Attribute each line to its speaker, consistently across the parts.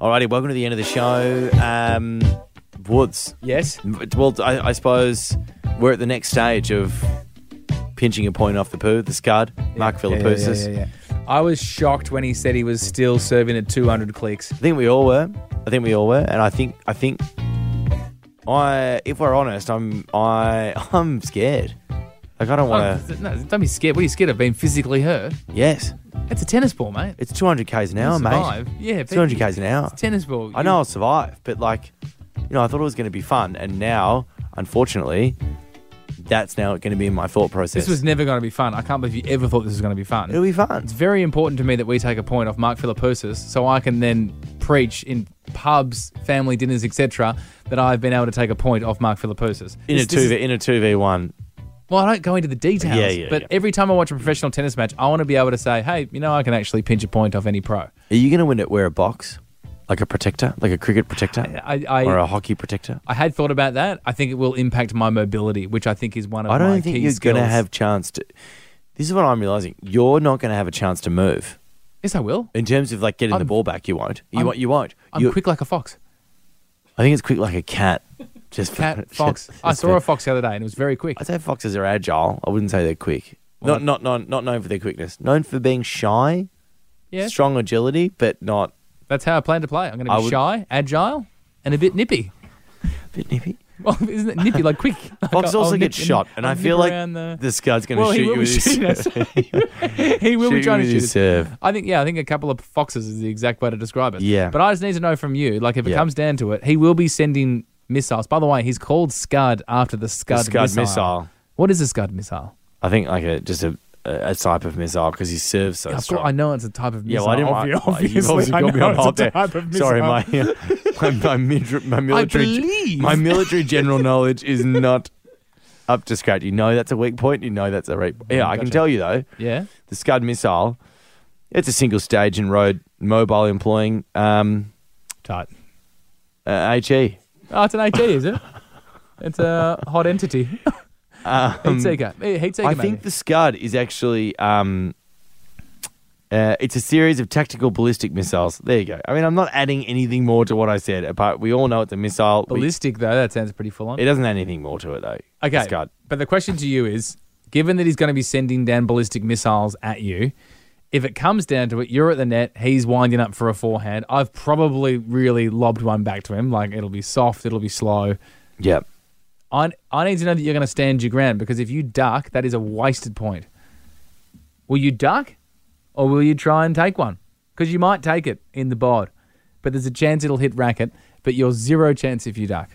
Speaker 1: Alrighty, welcome to the end of the show. Um, Woods.
Speaker 2: Yes.
Speaker 1: Well, I, I suppose we're at the next stage of pinching a point off the poo, the scud, Mark Philippoussis.
Speaker 2: I was shocked when he said he was still serving at 200 clicks.
Speaker 1: I think we all were. I think we all were, and I think I think I, if we're honest, I'm I I'm scared. Like I don't
Speaker 2: Oh,
Speaker 1: want to.
Speaker 2: no, don't be scared. What are you scared of? Being physically hurt?
Speaker 1: Yes,
Speaker 2: That's a tennis ball, mate.
Speaker 1: it's 200 k's an hour,
Speaker 2: survive.
Speaker 1: mate.
Speaker 2: Yeah, but-
Speaker 1: 200 k's an hour.
Speaker 2: Tennis ball.
Speaker 1: I know I'll survive, but like, you know, I thought it was going to be fun, and now, unfortunately, that's now going to be in my thought process.
Speaker 2: This was never going to be fun. I can't believe you ever thought this was going to be fun.
Speaker 1: It'll be fun.
Speaker 2: It's very important to me that we take a point off Mark Philippoussis so I can then preach in pubs, family dinners, etc. that I've been able to take a point off Mark Philippoussis.
Speaker 1: In a
Speaker 2: This- this
Speaker 1: two
Speaker 2: is-
Speaker 1: v in a two v one.
Speaker 2: Well, I don't go into the details,
Speaker 1: Yeah, yeah,
Speaker 2: but
Speaker 1: yeah.
Speaker 2: every time I watch a professional tennis match, I want to be able to say, hey, you know, I can actually pinch a point off any pro.
Speaker 1: Are you going to win it? Wear a box, like a protector, like a cricket protector,
Speaker 2: I- I-
Speaker 1: or a hockey protector.
Speaker 2: I had thought about that. I think it will impact my mobility, which I think is one of
Speaker 1: I
Speaker 2: my
Speaker 1: don't think
Speaker 2: key
Speaker 1: you're
Speaker 2: skills.
Speaker 1: going to have chance to. This is what I'm realizing. You're not going to have a chance to move
Speaker 2: Yes, I will.
Speaker 1: in terms of like getting the
Speaker 2: I'm-
Speaker 1: ball back. You won't. You
Speaker 2: I'm-
Speaker 1: won't. You won't.
Speaker 2: I'm
Speaker 1: You-
Speaker 2: quick like a fox.
Speaker 1: I think it's quick like a cat. Just for-
Speaker 2: Cat,
Speaker 1: just-
Speaker 2: fox. I
Speaker 1: just
Speaker 2: saw
Speaker 1: for-
Speaker 2: a fox the other day, and it was very quick.
Speaker 1: I'd say foxes are agile. I wouldn't say they're quick.
Speaker 2: Well,
Speaker 1: not not not not known for their quickness. Known for being shy,
Speaker 2: Yeah,
Speaker 1: strong agility, but not
Speaker 2: that's how I plan to play. I'm going to
Speaker 1: I
Speaker 2: be
Speaker 1: would-
Speaker 2: shy, agile, and a bit nippy.
Speaker 1: a bit nippy.
Speaker 2: Well, isn't it nippy like quick? Like,
Speaker 1: Fox
Speaker 2: I'll- I'll
Speaker 1: also
Speaker 2: nip
Speaker 1: gets
Speaker 2: in-
Speaker 1: shot, and
Speaker 2: I'll
Speaker 1: i
Speaker 2: nip
Speaker 1: feel like
Speaker 2: around the-
Speaker 1: this guy's going to
Speaker 2: Well, he
Speaker 1: shoot
Speaker 2: will
Speaker 1: you
Speaker 2: be
Speaker 1: with his,
Speaker 2: shooting us. he will
Speaker 1: shoot
Speaker 2: be
Speaker 1: you
Speaker 2: trying to
Speaker 1: with
Speaker 2: shoot.
Speaker 1: his
Speaker 2: us.
Speaker 1: serve.
Speaker 2: I think yeah, I think a couple of foxes is the exact way to describe it.
Speaker 1: Yeah.
Speaker 2: But I just need to know from you, like if it
Speaker 1: Yeah.
Speaker 2: comes down to it, he will be sending missiles. By the way, he's called Scud after the Scud,
Speaker 1: Scud
Speaker 2: missile.
Speaker 1: missile.
Speaker 2: What is a Scud missile?
Speaker 1: I think like a just a a a type of missile because he serves so
Speaker 2: Of course,
Speaker 1: strong.
Speaker 2: I know it's a type of
Speaker 1: Yeah,
Speaker 2: missile.
Speaker 1: well, I didn't.
Speaker 2: obvi-
Speaker 1: I,
Speaker 2: obviously,
Speaker 1: you've obviously
Speaker 2: I
Speaker 1: got me
Speaker 2: know
Speaker 1: on
Speaker 2: it's
Speaker 1: hot
Speaker 2: a
Speaker 1: there.
Speaker 2: type of
Speaker 1: Sorry,
Speaker 2: missile.
Speaker 1: my, my my mil- my military
Speaker 2: believe.
Speaker 1: my military general knowledge is not up to scratch. You know that's a weak point. You know that's a weak. Yeah, I can
Speaker 2: Gotcha.
Speaker 1: tell you though,
Speaker 2: Yeah.
Speaker 1: the Scud missile, it's a single stage and road mobile employing um,
Speaker 2: Tight.
Speaker 1: uh, HE.
Speaker 2: Oh, it's an AT, is it? It's a hot entity. heat seeker. Eh, Heat seeker.
Speaker 1: Um, I think the Scud is actually um, uh, it's a series of tactical ballistic missiles. There you go. I mean, I'm not adding anything more to what I said. Apart, we all know it's a missile. We-
Speaker 2: ballistic though. That sounds pretty full on.
Speaker 1: It doesn't add anything more to it though.
Speaker 2: Okay.
Speaker 1: It's got-
Speaker 2: But the question to you is given that he's going to be sending down ballistic missiles at you, if it comes down to it, you're at the net, he's winding up for a forehand. I've probably really lobbed one back to him. Like it'll be soft, it'll be slow.
Speaker 1: yeah.
Speaker 2: I, I need to know that you're going to stand your ground because if you duck, that is a wasted point. Will you duck or will you try and take one? Because you might take it in the bod, but there's a chance it'll hit racket, but you're zero chance if you duck.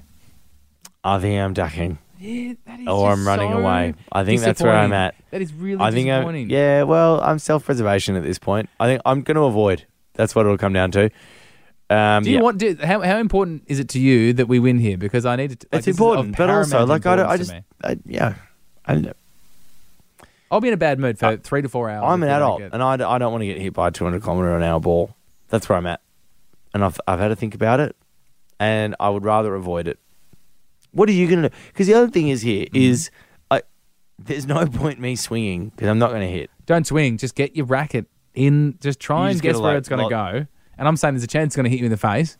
Speaker 1: I think I'm ducking.
Speaker 2: Yeah, that is
Speaker 1: Or Oh, I'm
Speaker 2: just
Speaker 1: running
Speaker 2: so
Speaker 1: away. I think that's where I'm
Speaker 2: disappointing.
Speaker 1: at.
Speaker 2: That is really
Speaker 1: I think I'm,
Speaker 2: disappointing.
Speaker 1: yeah, well, I'm self-preservation at this point. I think I'm going to avoid. That's what it'll come down to. Um,
Speaker 2: Do you
Speaker 1: yeah.
Speaker 2: want? Do, how how important is it to you that we win here? Because I need to. like,
Speaker 1: It's
Speaker 2: this is of
Speaker 1: important, but also
Speaker 2: paramount
Speaker 1: like I, don't, I
Speaker 2: importance
Speaker 1: just
Speaker 2: to
Speaker 1: I,
Speaker 2: me.
Speaker 1: yeah, I, don't know.
Speaker 2: I'll be in a bad mood for three to four hours.
Speaker 1: I'm
Speaker 2: if
Speaker 1: an
Speaker 2: we don't
Speaker 1: adult,
Speaker 2: get-
Speaker 1: and I, d- I don't want to get hit by a 200 kilometer an hour ball. That's where I'm at, and I've I've had to think about it, and I would rather avoid it. What are you going to do? Because the other thing is here
Speaker 2: Mm-hmm.
Speaker 1: is I there's no point me swinging because I'm not going to hit.
Speaker 2: don't swing. Just get your racket in. Just
Speaker 1: You
Speaker 2: try and
Speaker 1: just
Speaker 2: guess
Speaker 1: gotta,
Speaker 2: where
Speaker 1: like,
Speaker 2: it's going to
Speaker 1: lock-
Speaker 2: go. And I'm saying there's a chance it's going to hit you in the face,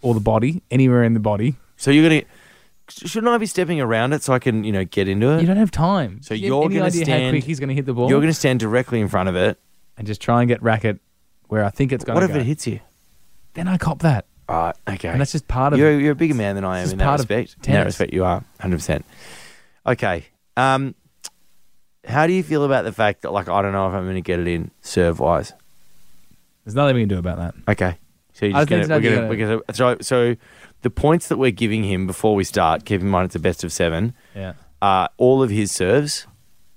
Speaker 2: or the body, anywhere in the body.
Speaker 1: So you're going to shouldn't I be stepping around it so I can you know get into it?
Speaker 2: You don't have time.
Speaker 1: So
Speaker 2: Do
Speaker 1: you're
Speaker 2: you have any
Speaker 1: gonna
Speaker 2: idea how
Speaker 1: stand-
Speaker 2: quick he's going to hit the ball.
Speaker 1: You're going to stand directly in front of it.
Speaker 2: and just try and get racket where I think it's going
Speaker 1: What
Speaker 2: to
Speaker 1: if
Speaker 2: go.
Speaker 1: it hits you?
Speaker 2: Then I cop that,
Speaker 1: Right. Okay.
Speaker 2: and that's just part of
Speaker 1: you're,
Speaker 2: it.
Speaker 1: you're a bigger man than I
Speaker 2: This
Speaker 1: am
Speaker 2: is
Speaker 1: in that
Speaker 2: part of
Speaker 1: respect. In that
Speaker 2: tennis.
Speaker 1: respect, you are 100. percent Okay. Um, how do you feel about the fact that, like, I don't know if I'm going to get it in serve wise?
Speaker 2: There's nothing we can do about that.
Speaker 1: Okay. So you
Speaker 2: I
Speaker 1: just
Speaker 2: think
Speaker 1: gonna, we're
Speaker 2: it's not
Speaker 1: gonna, we're gonna, so, so the points that we're giving him before we start, keep in mind it's a best of seven,
Speaker 2: Yeah,
Speaker 1: are all of his serves.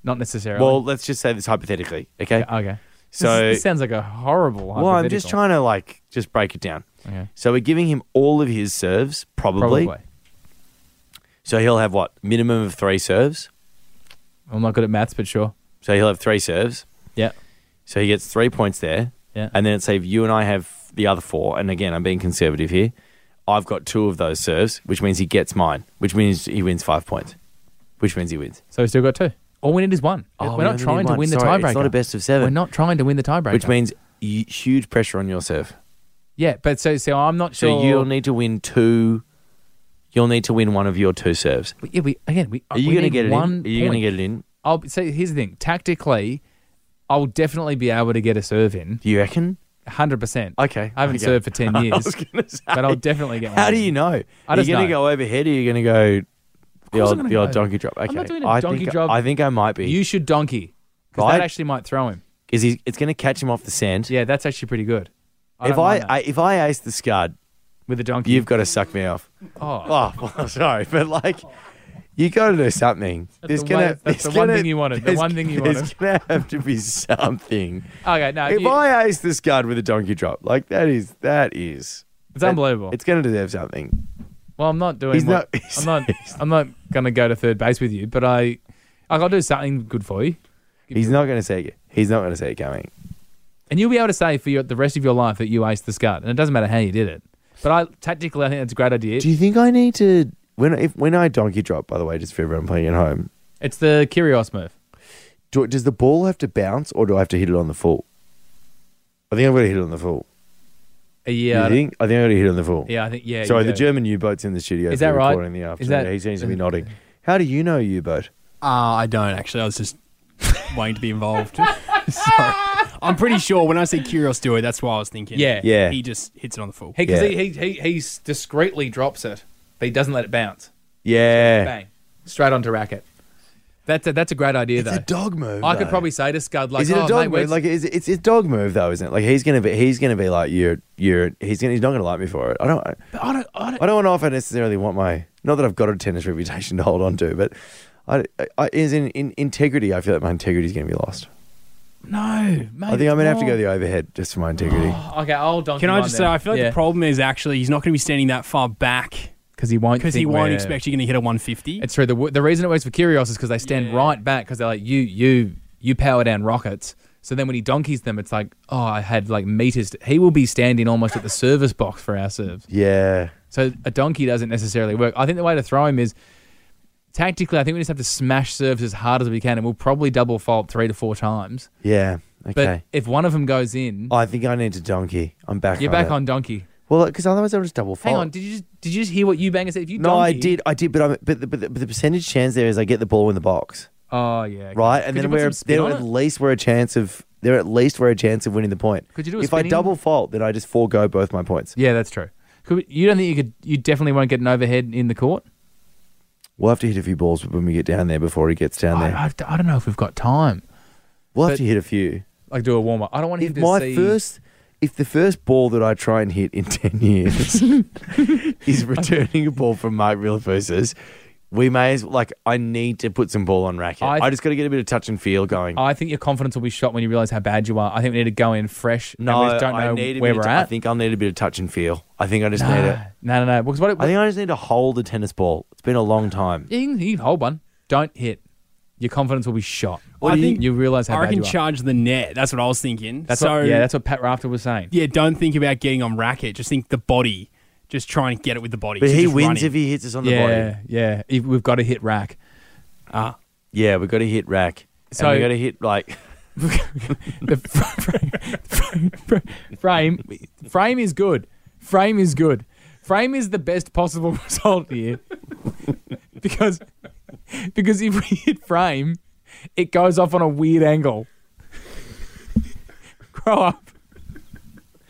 Speaker 2: not necessarily.
Speaker 1: Well, let's just say this hypothetically, okay?
Speaker 2: Okay.
Speaker 1: So-
Speaker 2: this, this sounds like a horrible.
Speaker 1: well, I'm just
Speaker 2: hypothetical.
Speaker 1: trying to like just break it down.
Speaker 2: Okay.
Speaker 1: So we're giving him all of his serves,
Speaker 2: Probably.
Speaker 1: probably. So he'll have what minimum of three serves.
Speaker 2: I'm not good at maths, but sure.
Speaker 1: So he'll have three serves.
Speaker 2: Yeah.
Speaker 1: So he gets three points there.
Speaker 2: Yeah.
Speaker 1: And then it's say if you and I have the other four. And again, I'm being conservative here. I've got two of those serves, which means he gets mine, which means he wins five points, which means he wins.
Speaker 2: So we still got two. All we need is one.
Speaker 1: Oh, we
Speaker 2: We're not
Speaker 1: only need
Speaker 2: trying to
Speaker 1: one.
Speaker 2: win the
Speaker 1: Sorry,
Speaker 2: tiebreaker.
Speaker 1: it's not a best of seven.
Speaker 2: We're not trying to win the tiebreaker.
Speaker 1: Which means y- huge pressure on your serve.
Speaker 2: Yeah, but so so I'm not
Speaker 1: So
Speaker 2: sure.
Speaker 1: you'll need to win two. You'll need to win one of your two serves.
Speaker 2: Yeah, we again we
Speaker 1: Are you
Speaker 2: Uh, we
Speaker 1: going to
Speaker 2: need
Speaker 1: get it
Speaker 2: one
Speaker 1: in? Are you going to
Speaker 2: point.
Speaker 1: get it in?
Speaker 2: I'll so here's the thing. Tactically, I'll definitely be able to get a serve in,
Speaker 1: Do you reckon?
Speaker 2: hundred percent.
Speaker 1: Okay,
Speaker 2: I haven't
Speaker 1: okay.
Speaker 2: served for ten
Speaker 1: I
Speaker 2: years,
Speaker 1: was gonna say,
Speaker 2: but I'll definitely get.
Speaker 1: how
Speaker 2: one
Speaker 1: do
Speaker 2: in.
Speaker 1: you know?
Speaker 2: I
Speaker 1: Are you
Speaker 2: just
Speaker 1: going to
Speaker 2: know.
Speaker 1: go overhead? Or are you going to go the
Speaker 2: course I'm
Speaker 1: old,
Speaker 2: gonna
Speaker 1: the old
Speaker 2: go.
Speaker 1: donkey drop? Okay,
Speaker 2: not doing a
Speaker 1: I
Speaker 2: donkey
Speaker 1: think,
Speaker 2: drop.
Speaker 1: I think I might be.
Speaker 2: You should donkey because
Speaker 1: Right?
Speaker 2: that actually might throw him.
Speaker 1: Is he? It's going to catch him off the sand.
Speaker 2: Yeah, that's actually pretty good. I
Speaker 1: if
Speaker 2: don't
Speaker 1: I,
Speaker 2: mind that.
Speaker 1: I if I ace the scud,
Speaker 2: with a donkey,
Speaker 1: you've got to suck me off.
Speaker 2: oh,
Speaker 1: Oh, well, sorry, but like, you got to do something.
Speaker 2: That's the way- that's the one thing you wanted, the
Speaker 1: there's-
Speaker 2: one thing you
Speaker 1: There's
Speaker 2: wanted.
Speaker 1: gonna have to be something.
Speaker 2: okay. No, if
Speaker 1: if
Speaker 2: you,
Speaker 1: I ace this guard with a donkey drop, like that is that is.
Speaker 2: it's unbelievable.
Speaker 1: It's gonna deserve something.
Speaker 2: well, I'm not doing.
Speaker 1: He's
Speaker 2: what-
Speaker 1: not- he's-
Speaker 2: I'm not. I'm not going to go to third base with you, but I, like, I'll do something good for you,
Speaker 1: He's not gonna see it. He's not gonna see it coming.
Speaker 2: and you'll be able to say for your, the rest of your life that you aced the scut, and it doesn't matter how you did it. But I tactically, I think that's a great idea.
Speaker 1: Do you think I need to when if when I donkey drop? By the way, just for everyone playing at home,
Speaker 2: It's the Curios move.
Speaker 1: do, does the ball have to bounce or do I have to hit it on the full? I think I've got to hit it on the full.
Speaker 2: Yeah, I
Speaker 1: you
Speaker 2: don't-
Speaker 1: think? I think I've got to hit it on the full.
Speaker 2: uh, yeah, I think yeah.
Speaker 1: Sorry,
Speaker 2: you
Speaker 1: the
Speaker 2: do.
Speaker 1: German U-boat's in the studio.
Speaker 2: Is
Speaker 1: for
Speaker 2: that right?
Speaker 1: recording In the
Speaker 2: Is
Speaker 1: afternoon.
Speaker 2: that-
Speaker 1: he seems to be nodding. How do you know U-boat?
Speaker 3: Uh, I don't actually. I was just waiting to be involved. Sorry. I'm pretty sure when I see Curios do it, that's what I was thinking.
Speaker 2: Yeah.
Speaker 1: Yeah.
Speaker 3: He just hits it on the full.
Speaker 2: He, 'cause
Speaker 1: Yeah.
Speaker 2: he, he, he, he's discreetly drops it, but he doesn't let it bounce.
Speaker 1: Yeah,
Speaker 2: Bang. Straight onto racket. That's a, that's a great idea,
Speaker 1: it's
Speaker 2: though.
Speaker 1: a dog move.
Speaker 2: I could
Speaker 1: though.
Speaker 2: probably say to Scud, like,
Speaker 1: is it
Speaker 2: oh,
Speaker 1: a dog
Speaker 2: mate,
Speaker 1: move?
Speaker 2: where's-
Speaker 1: Like, is it, it's it's dog move though, isn't it? Like he's gonna be he's gonna be like you're you're he's gonna he's not gonna like me for it. I don't I,
Speaker 2: But I don't, I don't,
Speaker 1: I don't know if I necessarily want my not that I've got a tennis reputation to hold on to, but I, I is in, in integrity. I feel like my integrity is gonna be lost.
Speaker 2: no, mate.
Speaker 1: I think I'm gonna have to go the overhead just for my integrity.
Speaker 2: Okay, I'll donkey
Speaker 3: Can I just say, I feel like the problem is actually he's not going to be standing that far back
Speaker 2: Because he won't.
Speaker 3: because he won't expect you're going to hit a 150.
Speaker 2: It's true. The, w- the reason it works for Curios is because they stand
Speaker 3: Yeah.
Speaker 2: right back because they're like, you, you, you power down rockets. So then when he donkeys them, it's like, oh, I had like meters. To, he will be standing almost at the service box for our serves.
Speaker 1: Yeah,
Speaker 2: So a donkey doesn't necessarily work. I think the way to throw him is tactically. I think we just have to smash serves as hard as we can, and we'll probably double fault three to four times.
Speaker 1: yeah.
Speaker 2: But
Speaker 1: Okay.
Speaker 2: if one of them goes in,
Speaker 1: I think I need to donkey. I'm back.
Speaker 2: you're
Speaker 1: on
Speaker 2: back
Speaker 1: it.
Speaker 2: on donkey.
Speaker 1: Well, because otherwise I'll just double fault.
Speaker 2: Hang on, did you just, did you just hear what you banger said? If you
Speaker 1: Oh. No, I
Speaker 2: donkey-
Speaker 1: did, I did, but I'm, but, the, but, the, but the percentage chance there is I get the ball in the box,
Speaker 2: Oh yeah, okay.
Speaker 1: right? And
Speaker 2: Could you
Speaker 1: then
Speaker 2: put
Speaker 1: we're
Speaker 2: some spin
Speaker 1: there
Speaker 2: on
Speaker 1: at
Speaker 2: it?
Speaker 1: least we're a chance of there at least we're a chance of winning the point.
Speaker 2: Could you do a
Speaker 1: if I
Speaker 2: spinning?
Speaker 1: double fault, then I just forego both my points.
Speaker 2: Yeah, that's true. Could we, you don't think you could? You definitely won't get an overhead in the court.
Speaker 1: We'll have to hit a few balls when we get down there before he gets down
Speaker 2: I,
Speaker 1: there.
Speaker 2: I, I don't know if we've got time.
Speaker 1: We'll have
Speaker 2: but-
Speaker 1: to hit a few.
Speaker 2: Like do a warm up. I don't want him
Speaker 1: If
Speaker 2: to
Speaker 1: my
Speaker 2: see.
Speaker 1: first, if the first ball that I try and hit in ten years is returning a ball from Mark Villafusis, we may as like I need to put some ball on racket.
Speaker 2: I-
Speaker 1: I, just got to get a bit of touch and feel going.
Speaker 2: I think your confidence will be shot when you realize how bad you are. I think we need to go in fresh. and we
Speaker 1: No,
Speaker 2: just don't know
Speaker 1: I need a
Speaker 2: where
Speaker 1: bit
Speaker 2: we're
Speaker 1: of, t- I
Speaker 2: at.
Speaker 1: think I'll need a bit of touch and feel. I think I just need it.
Speaker 2: no, Ah, no, no. Because what,
Speaker 1: I think I just need to hold the tennis ball. It's been a long time.
Speaker 2: You can, you can hold one. Don't hit. Your confidence will be shot.
Speaker 3: Well, I think-
Speaker 2: you realize how
Speaker 3: I
Speaker 2: bad you
Speaker 3: reckon
Speaker 2: are.
Speaker 3: charge the net. That's what I was thinking.
Speaker 2: that's
Speaker 3: so
Speaker 2: what, yeah, that's what Pat Rafter was saying.
Speaker 3: yeah, don't think about getting on racket. Just think the body. Just try and get it with the body.
Speaker 1: But
Speaker 3: So
Speaker 1: he
Speaker 3: just
Speaker 1: wins
Speaker 3: run
Speaker 1: if he hits us on the body.
Speaker 2: Yeah, yeah. If- We've got to hit rack.
Speaker 3: Ah.
Speaker 1: Yeah, we've got to hit rack. So
Speaker 2: So-
Speaker 1: and we got to hit like
Speaker 2: The fr- frame, frame, frame is good. Frame is good. Frame is the best possible result here because because if we hit frame, it goes off on a weird angle. Grow up.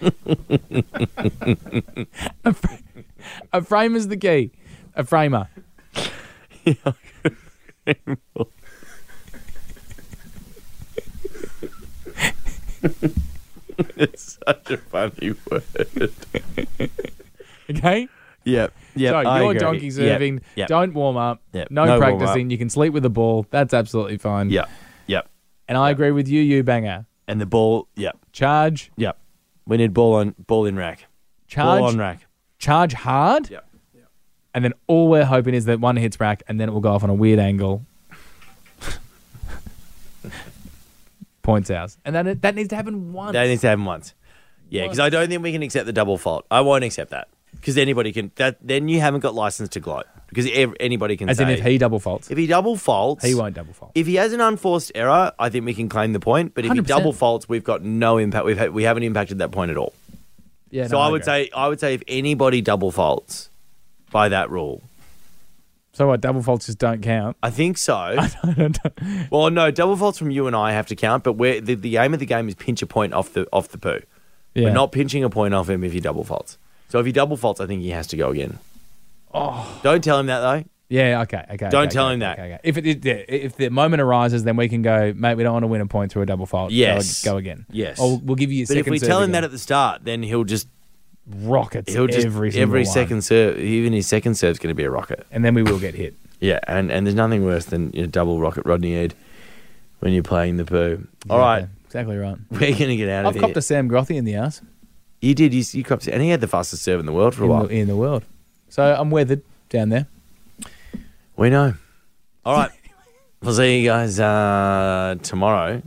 Speaker 2: a, fr- a frame is the key. A framer.
Speaker 1: it's such a funny word.
Speaker 2: Okay.
Speaker 1: Yep. Yep.
Speaker 2: so
Speaker 1: I
Speaker 2: you're
Speaker 1: agree.
Speaker 2: donkey serving.
Speaker 1: Yep. Yep.
Speaker 2: Don't warm up.
Speaker 1: Yep.
Speaker 2: No,
Speaker 1: No warm up.
Speaker 2: practicing. You can sleep with the ball. That's absolutely fine.
Speaker 1: Yep. Yep.
Speaker 2: And I agree with you, you banger.
Speaker 1: And the ball. Yep.
Speaker 2: Charge,
Speaker 1: Yep. We need ball on ball in rack. Ball on
Speaker 2: charge,
Speaker 1: rack.
Speaker 2: charge hard.
Speaker 1: Yep.
Speaker 2: And then all we're hoping is that one hits rack and then it will go off on a weird angle. Points ours. And that, that needs to happen once.
Speaker 1: That needs to happen once. Yeah, because I don't think we can accept the double fault. I won't accept that because anybody can. That then you haven't got license to gloat because ev- anybody can.
Speaker 2: As
Speaker 1: say,
Speaker 2: in, if he double faults,
Speaker 1: if he double faults,
Speaker 2: he won't double fault.
Speaker 1: If he has an unforced error, I think we can claim the point. But if he
Speaker 2: 100%.
Speaker 1: double faults, we've got no impact. We've had, we haven't impacted that point at all.
Speaker 2: Yeah.
Speaker 1: so
Speaker 2: no,
Speaker 1: I would
Speaker 2: agree.
Speaker 1: say I would say if anybody double faults by that rule,
Speaker 2: So what? Double faults just don't count.
Speaker 1: I think so.
Speaker 2: I don't- I
Speaker 1: well, no, double faults from you and I have to count, but where the, the aim of the game is pinch a point off the off the poo.
Speaker 2: Yeah.
Speaker 1: We're not pinching a point off him if he double faults. So if he double faults, I think he has to go again. Oh. Don't tell him that though.
Speaker 2: yeah. Okay. Okay.
Speaker 1: Don't
Speaker 2: okay,
Speaker 1: tell
Speaker 2: okay,
Speaker 1: him that.
Speaker 2: Okay, okay. If it, it yeah, if the moment arises, then we can go, mate. We don't want to win a point through a double fault. Go
Speaker 1: Yes.
Speaker 2: ag- Go, again.
Speaker 1: Yes.
Speaker 2: Or we'll give you. A
Speaker 1: But if
Speaker 2: second
Speaker 1: we tell
Speaker 2: serve
Speaker 1: him that
Speaker 2: again.
Speaker 1: at the start, then he'll just
Speaker 2: rockets
Speaker 1: he'll just
Speaker 2: every
Speaker 1: every,
Speaker 2: single
Speaker 1: second
Speaker 2: one.
Speaker 1: serve, even his second serve's going to be a rocket.
Speaker 2: and then we will get hit.
Speaker 1: Yeah, and, and there's nothing worse than you know, double rocket Rodney Ed when you're playing the poo. All right,
Speaker 2: Yeah, exactly right.
Speaker 1: we're going to get out of
Speaker 2: I've
Speaker 1: here.
Speaker 2: copped a Sam Grothy in the ass
Speaker 1: You did. You, you copped it. And he had the fastest serve in the world for a
Speaker 2: in
Speaker 1: while.
Speaker 2: the, in the world, so I'm weathered down there.
Speaker 1: we know. All right. we'll see you guys uh, tomorrow